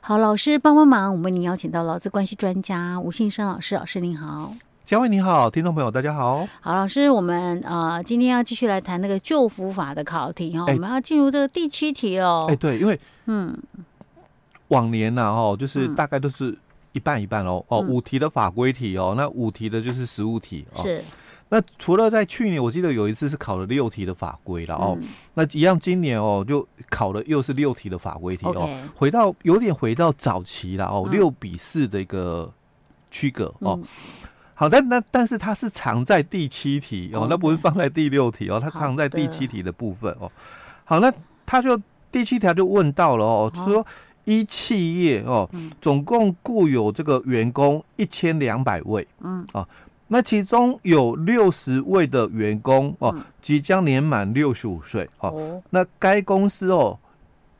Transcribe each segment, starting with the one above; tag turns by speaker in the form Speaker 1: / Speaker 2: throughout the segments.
Speaker 1: 好，老师帮帮忙，我们为您邀请到劳资关系专家吴信生老师，老师您好。
Speaker 2: 嘉惠你好，听众朋友大家好。
Speaker 1: 好，老师，我们呃今天要继续来谈那个旧服法的考题哈、哦，
Speaker 2: 哎
Speaker 1: 我们要进入这个第七题哦。
Speaker 2: 哎、对，因为
Speaker 1: 嗯，
Speaker 2: 往年呐、哦，就是
Speaker 1: 嗯
Speaker 2: 大概都是一半一半哦，哦，
Speaker 1: 嗯
Speaker 2: 五题的法规题哦，那五题的就是实务题哦。
Speaker 1: 是
Speaker 2: 那除了在去年，我记得有一次是考了六题的法规了哦，
Speaker 1: 嗯
Speaker 2: 那一样今年哦，就考了又是六题的法规题哦
Speaker 1: OK
Speaker 2: 回到有点回到早期了哦，
Speaker 1: 嗯
Speaker 2: 六、比四的一个区隔哦。
Speaker 1: 嗯
Speaker 2: 好，但那但是它是藏在第七题哦
Speaker 1: 哦，
Speaker 2: 那不是放在第六题哦，它
Speaker 1: 好
Speaker 2: 藏在第
Speaker 1: 的
Speaker 2: 七题的部分哦。好，那他就第七条就问到了哦，就是说一企业哦
Speaker 1: 嗯，
Speaker 2: 总共雇有这个员工一千两百位，
Speaker 1: 嗯
Speaker 2: 那其中有六十位的员工哦
Speaker 1: 嗯，
Speaker 2: 即将年满六十五岁哦，
Speaker 1: 哦
Speaker 2: 那该公司哦，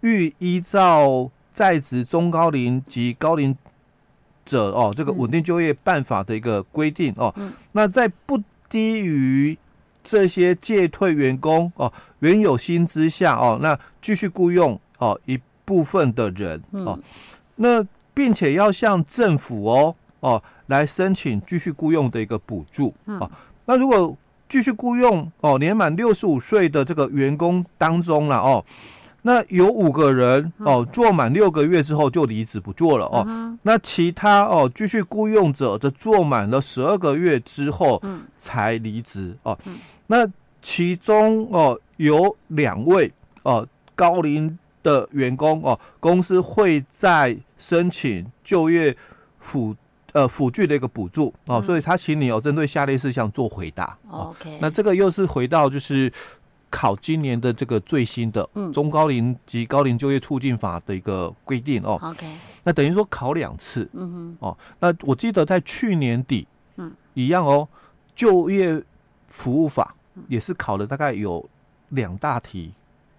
Speaker 2: 欲依照在职中高龄及高龄者哦这个
Speaker 1: 嗯
Speaker 2: 稳定就业办法的一个规定哦，
Speaker 1: 嗯
Speaker 2: 那在不低于这些借退员工哦原有薪资下哦，那继续雇佣哦一部分的人哦，
Speaker 1: 嗯
Speaker 2: 那并且要向政府哦哦来申请继续雇佣的一个补助
Speaker 1: 嗯
Speaker 2: 哦。那如果继续雇佣哦年满六十五岁的这个员工当中了哦，那有五个人哦做满六个月之后就离职不做了哦。
Speaker 1: 嗯
Speaker 2: 那其他哦继续雇佣者则做满了十二个月之后
Speaker 1: 嗯
Speaker 2: 才离职哦
Speaker 1: 嗯。
Speaker 2: 那其中哦有两位哦高龄的员工哦，公司会在申请就业辅呃辅具的一个补助哦，
Speaker 1: 嗯
Speaker 2: 所以他请你哦针对下列事项做回答哦。
Speaker 1: ，OK，
Speaker 2: 那这个又是回到就是。考今年的这个最新的
Speaker 1: 嗯
Speaker 2: 《中高龄及高龄就业促进法》的一个规定哦，
Speaker 1: OK，
Speaker 2: 那等于说考两次，
Speaker 1: 嗯
Speaker 2: 哦，那我记得在去年底，
Speaker 1: 嗯，
Speaker 2: 一样哦，就业服务法也是考了大概有两大题，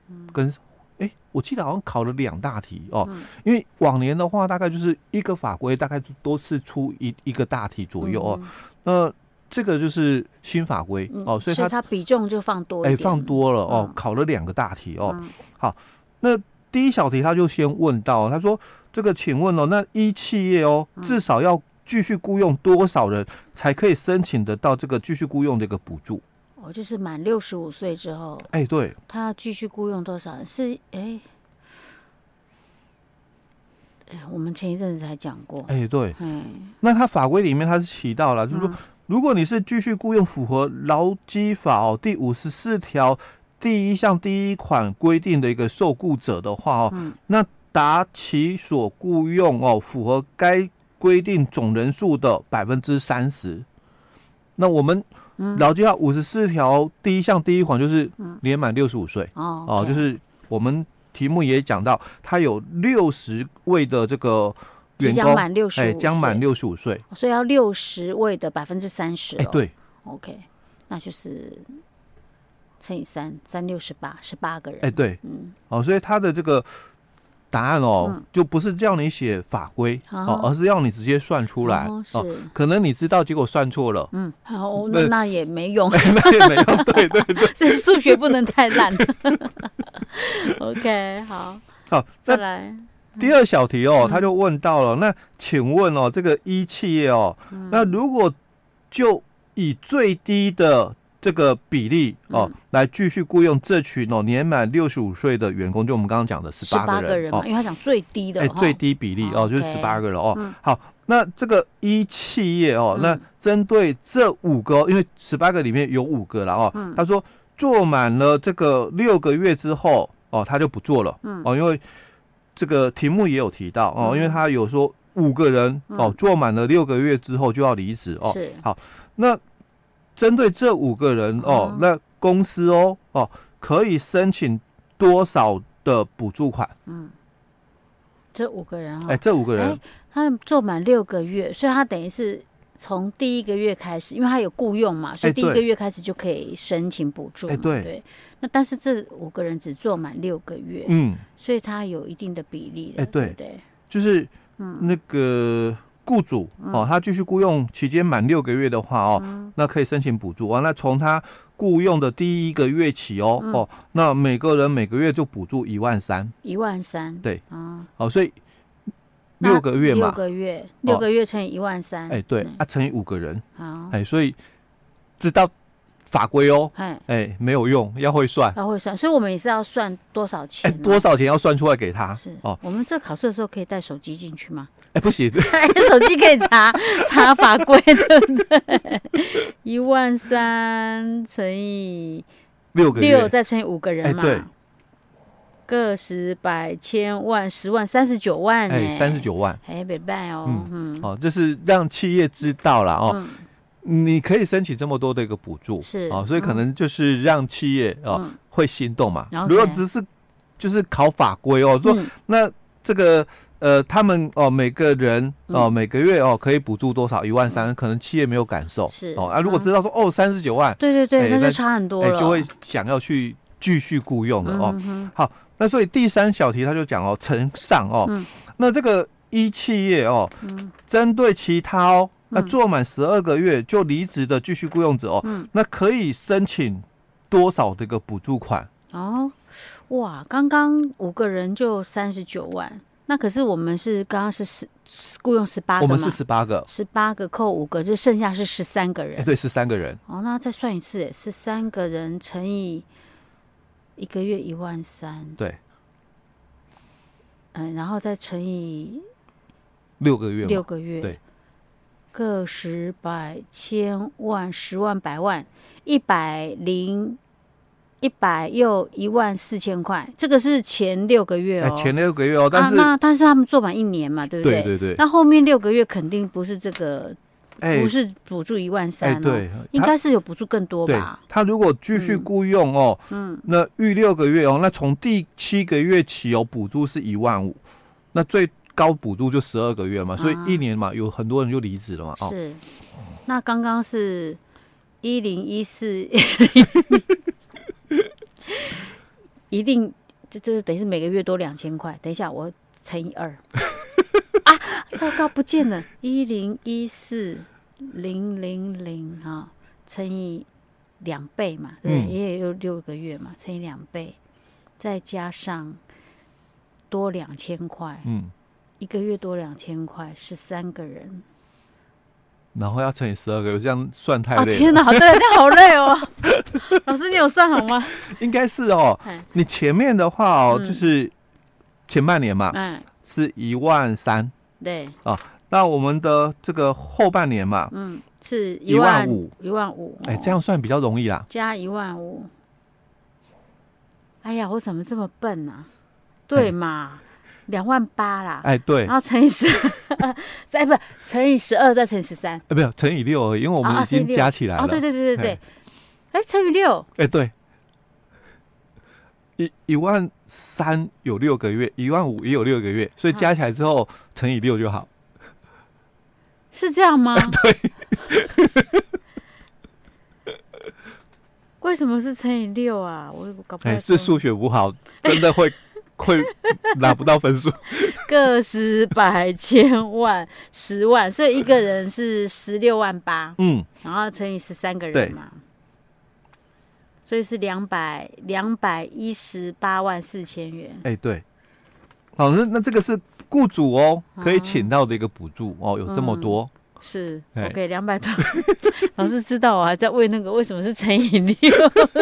Speaker 1: 嗯
Speaker 2: 跟哎、我记得好像考了两大题哦，
Speaker 1: 嗯
Speaker 2: 因为往年的话大概就是一个法规大概都是出一一个大题
Speaker 1: 哼，
Speaker 2: 左右哦，
Speaker 1: 嗯
Speaker 2: 那这个就是新法规、
Speaker 1: 嗯
Speaker 2: 哦，所以它
Speaker 1: 它比重就放多
Speaker 2: 哎、
Speaker 1: 一点，
Speaker 2: 放多了哦，
Speaker 1: 嗯
Speaker 2: 考了两个大题哦，
Speaker 1: 嗯
Speaker 2: 第一小题他就先问到，他说：“这个，请问哦，那一企业哦，至少要继续雇佣多少人才可以申请得到这个继续雇佣的一个补助
Speaker 1: 哦，就是满六十五岁之后，？”
Speaker 2: 哎，对，
Speaker 1: 他要继续雇佣多少人？是哎，哎，我们前一阵子才讲过，
Speaker 2: 哎，对。
Speaker 1: 嗯
Speaker 2: 那他法规里面他是提到了，就是说，如果你是继续雇佣符合劳基法哦第五十四条第一项第一款规定的一个受雇者的话哦，
Speaker 1: 嗯
Speaker 2: 那达其所雇佣哦，符合该规定总人数的百分之三十。那我们
Speaker 1: 嗯，
Speaker 2: 劳基法五十四条第一项第一款就是年满六十五岁
Speaker 1: 哦
Speaker 2: 哦，
Speaker 1: ，OK
Speaker 2: 就是我们题目也讲到，它有六十位的这个
Speaker 1: 即
Speaker 2: 员
Speaker 1: 将
Speaker 2: 工，
Speaker 1: 满六十，
Speaker 2: 哎，将满，六十五岁，
Speaker 1: 所以要六十位的百分之三十，哦
Speaker 2: 哎，对，
Speaker 1: ，OK，那就是乘以三，三六十八，十八个人，
Speaker 2: 哎，对，
Speaker 1: 嗯
Speaker 2: 哦，所以它的这个答案哦
Speaker 1: 嗯，
Speaker 2: 就不是叫你写法规
Speaker 1: 哦
Speaker 2: 哦，而是要你直接算出来
Speaker 1: 哦
Speaker 2: 哦，
Speaker 1: 是，。
Speaker 2: 可能你知道，结果算错了
Speaker 1: 嗯，好，哦
Speaker 2: 对
Speaker 1: 那那也没用，
Speaker 2: 那也没有，对对
Speaker 1: 所以数学不能太烂。OK，好，
Speaker 2: 好，
Speaker 1: 再
Speaker 2: 那
Speaker 1: 来，
Speaker 2: 第二小题
Speaker 1: 嗯
Speaker 2: 哦，他就问到了，那请问哦，这个一企业哦，
Speaker 1: 嗯
Speaker 2: 那如果就以最低的这个比例
Speaker 1: 嗯
Speaker 2: 哦，来继续雇佣这群哦年满六十五岁的员工，就我们刚刚讲的十
Speaker 1: 十
Speaker 2: 八
Speaker 1: 八个人
Speaker 2: 人
Speaker 1: 嘛，
Speaker 2: 哦，
Speaker 1: 因为他讲最低的
Speaker 2: 哎，
Speaker 1: 哈，
Speaker 2: 最低比例
Speaker 1: 哦
Speaker 2: 哦就是十
Speaker 1: OK
Speaker 2: 八个人哦
Speaker 1: 嗯。
Speaker 2: 好，那这个一企业哦，
Speaker 1: 嗯
Speaker 2: 那针对这五个哦，因为十八个里面有五个了
Speaker 1: 嗯
Speaker 2: 哦，他说做满了这个六个月之后哦，他就不做了
Speaker 1: 嗯
Speaker 2: 哦，因为这个题目也有提到哦，
Speaker 1: 嗯
Speaker 2: 因为他有说五个人哦
Speaker 1: 嗯
Speaker 2: 做满了六个月之后就要离职哦，
Speaker 1: 是
Speaker 2: 那针对这五个人哦
Speaker 1: 哦，
Speaker 2: 那公司哦哦可以申请多少的补助款？
Speaker 1: 这五个人哈
Speaker 2: 哎，，这五个人
Speaker 1: 哎他做满六个月，所以他等于是从第一个月开始，因为他有雇佣嘛，所以
Speaker 2: 哎
Speaker 1: 第一个
Speaker 2: 对
Speaker 1: 月开始就可以申请补助嘛。
Speaker 2: 哎对
Speaker 1: 那但是这五个人只做满六个月，
Speaker 2: 嗯，
Speaker 1: 所以他有一定的比例的。
Speaker 2: 哎
Speaker 1: 对
Speaker 2: 对
Speaker 1: 不对，
Speaker 2: 就是
Speaker 1: 嗯
Speaker 2: 那个雇主哦，他继续雇佣期间满六个月的话哦，
Speaker 1: 嗯
Speaker 2: 那可以申请补助啊。那从他雇佣的第一个月起哦、
Speaker 1: 嗯
Speaker 2: 哦，那每个人每个月就补助一万三
Speaker 1: 一万三。
Speaker 2: 对
Speaker 1: 啊，
Speaker 2: 哦，所以
Speaker 1: 那
Speaker 2: 六个月
Speaker 1: 六
Speaker 2: 嘛，
Speaker 1: 个月，六个月乘以一万三，
Speaker 2: 哎，对
Speaker 1: 嗯，
Speaker 2: 啊，乘以五个人，
Speaker 1: 好，
Speaker 2: 哎，所以知道法规哦，
Speaker 1: 哎，
Speaker 2: 哎，没有用，要会算，
Speaker 1: 他会算，所以我们也是要算多少钱
Speaker 2: 哎，
Speaker 1: 啊，
Speaker 2: 多少钱要算出来给他
Speaker 1: 是
Speaker 2: 哦，
Speaker 1: 我们这考试的时候可以带手机进去吗？
Speaker 2: 哎，不行，
Speaker 1: 手机可以查查法规，对不对？一万三乘以
Speaker 2: 六个
Speaker 1: 六，
Speaker 2: 月，
Speaker 1: 再乘以五个人嘛，
Speaker 2: 哎对
Speaker 1: 个十百千万十万三十九万、
Speaker 2: 哎，三十，九万。
Speaker 1: 哎，北办哦，嗯，
Speaker 2: 哦，这是让企业知道啦。哦，
Speaker 1: 嗯
Speaker 2: 你可以申请这么多的一个补助，
Speaker 1: 是
Speaker 2: 哦，所以可能就是让企业哦、
Speaker 1: 嗯
Speaker 2: 会心动嘛。
Speaker 1: OK
Speaker 2: 如果只是就是考法规哦，说、
Speaker 1: 嗯
Speaker 2: 那这个呃，他们哦每个人哦、
Speaker 1: 嗯
Speaker 2: 每个月哦可以补助多少一万三，可能企业没有感受，
Speaker 1: 是
Speaker 2: 哦啊，如果
Speaker 1: 嗯
Speaker 2: 知道说、哦三十九万，
Speaker 1: 对对对，
Speaker 2: 哎
Speaker 1: 那就
Speaker 2: 那
Speaker 1: 差很多
Speaker 2: 哎、
Speaker 1: 了，
Speaker 2: 就会想要去继续雇佣了哦。
Speaker 1: 嗯哼
Speaker 2: 那所以第三小题他就讲哦，承上哦，
Speaker 1: 嗯
Speaker 2: 那这个一企业哦，针对其他哦，那做满十二个月就离职的继续雇佣者哦，
Speaker 1: 嗯
Speaker 2: 那可以申请多少的一个补助款？
Speaker 1: 哦，哇，刚刚五个人就三十九万，那可是我们是刚刚是十雇佣十八
Speaker 2: 我
Speaker 1: 个
Speaker 2: 们
Speaker 1: 嘛
Speaker 2: 是，十八个，
Speaker 1: 十八个扣五个，就剩下是十三个
Speaker 2: 哎，
Speaker 1: 人。
Speaker 2: 对，十三个人，
Speaker 1: 哦，那再算一次耶，十三个人乘以一个月一万三，
Speaker 2: 对，
Speaker 1: 嗯，然后再乘以
Speaker 2: 六个月
Speaker 1: 六
Speaker 2: 嘛，
Speaker 1: 个月，
Speaker 2: 对，
Speaker 1: 个十百千万十万百万一百零。一百又一万四千块，这个是前六个月
Speaker 2: 哎
Speaker 1: 哦，，
Speaker 2: 前六个月哦，但
Speaker 1: 啊，
Speaker 2: 是
Speaker 1: 那但是他们做满一年嘛，对不
Speaker 2: 对对对，
Speaker 1: 那后面六个月肯定不是这个，
Speaker 2: 哎
Speaker 1: 不是补助一万三
Speaker 2: 哎，
Speaker 1: 哦，
Speaker 2: 对，
Speaker 1: 应
Speaker 2: 他
Speaker 1: 该是有补助更多
Speaker 2: 对
Speaker 1: 吧？
Speaker 2: 他如果继续
Speaker 1: 嗯
Speaker 2: 雇佣哦，
Speaker 1: 嗯，
Speaker 2: 那预六个月哦，那从第七个月起有补助是一万五，那最高补助就十二个月嘛，所以
Speaker 1: 啊
Speaker 2: 一年嘛，有很多人就离职了嘛。哦，
Speaker 1: 是。那刚刚是一零一四， 一定这这等于是每个月多两千块。等一下我乘以二啊，糟糕不见了，一零一四零零零啊，乘以两倍嘛，对不
Speaker 2: 嗯
Speaker 1: 对，因为有六个月嘛，乘以两倍，再加上多两千块，
Speaker 2: 嗯，
Speaker 1: 一个月多两千块，十三个人。
Speaker 2: 然后要乘以十二个月，这样算太
Speaker 1: 啊
Speaker 2: 累了。
Speaker 1: 天哪，好对，这样好累哦。 老师，你有算好吗？
Speaker 2: 应该是哦
Speaker 1: 哎，
Speaker 2: 你前面的话哦，
Speaker 1: 嗯
Speaker 2: 就是前半年嘛
Speaker 1: 哎，
Speaker 2: 是一万三，
Speaker 1: 对，
Speaker 2: 那我们的这个后半年嘛，
Speaker 1: 嗯，是一
Speaker 2: 一万
Speaker 1: 万
Speaker 2: 五，
Speaker 1: 一万五。
Speaker 2: 哎，这样算比较容易啦。
Speaker 1: 加一万五。哎呀，我怎么这么笨呢、对嘛，两万八啦，
Speaker 2: 哎，对，
Speaker 1: 然后乘以十，哎不，乘以十二再乘以十三。
Speaker 2: 哎，没有乘以六而已，因为我
Speaker 1: 啊
Speaker 2: 们
Speaker 1: 啊
Speaker 2: 已
Speaker 1: 乘以
Speaker 2: 经
Speaker 1: 六
Speaker 2: 加起来了
Speaker 1: 哦，。对对对对对
Speaker 2: 哎，
Speaker 1: 哎，乘以六，
Speaker 2: 哎，对，一一万三有六个月，一万五也有六个月，
Speaker 1: 嗯
Speaker 2: 所以加起来之后乘以六就好。
Speaker 1: 是这样吗？
Speaker 2: 哎
Speaker 1: 对。 为什么是乘以六啊？我搞不
Speaker 2: 哎，
Speaker 1: 太
Speaker 2: 这
Speaker 1: 懂
Speaker 2: 数学不好，真的会会拿不到分数。
Speaker 1: 个十百千万十万，所以一个人是十六万八，
Speaker 2: 嗯，
Speaker 1: 然后乘以十三个
Speaker 2: 对
Speaker 1: 人嘛，所以是两百两百一十八万四千元。
Speaker 2: 哎，对。好，那那这个是雇主哦，可以请到的一个补助哦，有这么
Speaker 1: 嗯
Speaker 2: 多。
Speaker 1: 是
Speaker 2: 哎
Speaker 1: ，OK，两百多。 老师知道我还在为那个为什么是乘以六。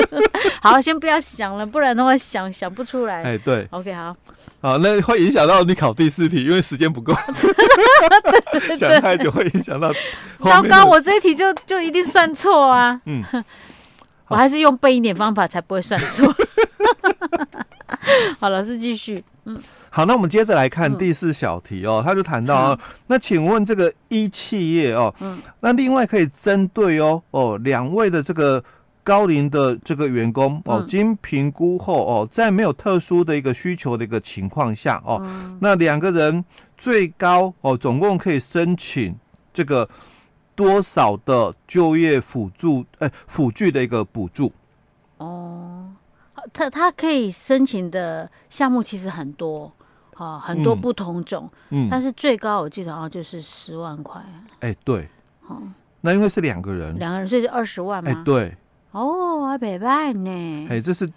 Speaker 1: 好，先不要想了，不然的话想想不出来。
Speaker 2: 哎，对，
Speaker 1: OK，好，
Speaker 2: 好，那会影响到你考第四题，因为时间 不够，想太久会影响到 后
Speaker 1: 糟
Speaker 2: 面的。
Speaker 1: 糕，我这一题就就一定算错啊！
Speaker 2: 嗯，
Speaker 1: 我还是用笨一点方法才不会算错。 好，老师继续。
Speaker 2: 好，那我们接着来
Speaker 1: 嗯
Speaker 2: 看第四小题哦，他就谈到啊，那请问这个一企业哦，
Speaker 1: 嗯
Speaker 2: 那另外可以针对哦哦两位的这个高龄的这个员工哦，
Speaker 1: 嗯
Speaker 2: 经评估后哦，在没有特殊的一个需求的一个情况下哦，
Speaker 1: 嗯
Speaker 2: 那两个人最高哦，总共可以申请这个多少的就业辅助哎辅具的一个补助？
Speaker 1: 哦，他他可以申请的项目其实很多，啊，很多
Speaker 2: 嗯
Speaker 1: 不同种，
Speaker 2: 嗯，
Speaker 1: 但是最高我记得好像就是十万块，啊
Speaker 2: 哎对，
Speaker 1: 哦，
Speaker 2: 那因为是两个人，
Speaker 1: 两个人所以是二十万
Speaker 2: 嗯哎
Speaker 1: 吗？
Speaker 2: 对，
Speaker 1: 哦，还北办呢，
Speaker 2: 哎这是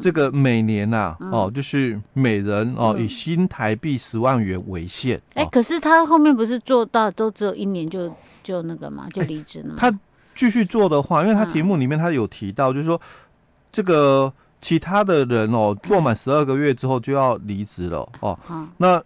Speaker 2: 这个每年呐、哦，就是每人哦、
Speaker 1: 嗯
Speaker 2: 以新台币十万元为限。
Speaker 1: 哎、
Speaker 2: 哦
Speaker 1: 可是他后面不是做到都只有一年就就那个嘛，就离职了嘛、
Speaker 2: 他继续做的话，因为他
Speaker 1: 嗯
Speaker 2: 题目里面他有提到，就是说这个其他的人
Speaker 1: 嗯
Speaker 2: 哦，做满十二个月之后就要离职了哦。
Speaker 1: 啊，
Speaker 2: 那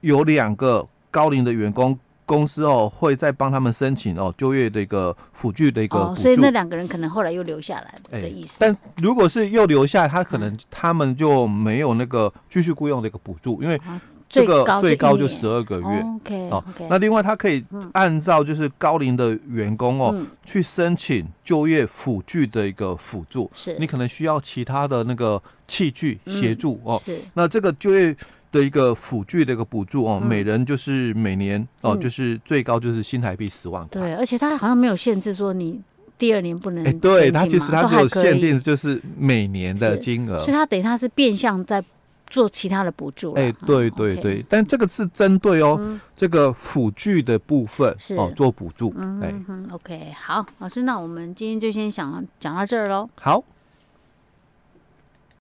Speaker 2: 有两个高龄的员工，公司哦会再帮他们申请哦就业的一个辅具的一个
Speaker 1: 哦，
Speaker 2: 补
Speaker 1: 所以
Speaker 2: 助。
Speaker 1: 那两个人可能后来又留下来
Speaker 2: 哎
Speaker 1: 的意思。
Speaker 2: 但如果是又留下，他可
Speaker 1: 嗯
Speaker 2: 能他们就没有那个继续雇佣的一个补助，因为
Speaker 1: 啊
Speaker 2: 这个最高就十
Speaker 1: 二
Speaker 2: 二个月。
Speaker 1: OK
Speaker 2: 哦
Speaker 1: OK，
Speaker 2: 那另外，他可以
Speaker 1: 嗯
Speaker 2: 按照就是高龄的员工哦，
Speaker 1: 嗯
Speaker 2: 去申请就业辅具的一个辅助，
Speaker 1: 是
Speaker 2: 你可能需要其他的那个器具协助哦。
Speaker 1: 是
Speaker 2: 那这个就业的一个辅具的一个补助哦，
Speaker 1: 嗯
Speaker 2: 每人就是每年哦，
Speaker 1: 嗯
Speaker 2: 就是最高就是新台币十万块。
Speaker 1: 对，而且他好像没有限制说你第二年不能
Speaker 2: 哎，
Speaker 1: 申请嘛，
Speaker 2: 对，它其实它
Speaker 1: 都
Speaker 2: 只
Speaker 1: 还
Speaker 2: 有
Speaker 1: 可以
Speaker 2: 限，定，就是每年的
Speaker 1: 是
Speaker 2: 金额
Speaker 1: 所以。他等于他是变相在做其他的补助啦。哦
Speaker 2: 哎，对对
Speaker 1: OK
Speaker 2: 对，，但这个是针对哦
Speaker 1: 嗯
Speaker 2: 这个辅具的部分
Speaker 1: 是嗯
Speaker 2: 哦做补助。哎
Speaker 1: 嗯，哼，OK，好，老师，那我们今天就先想讲到这儿喽。
Speaker 2: 好，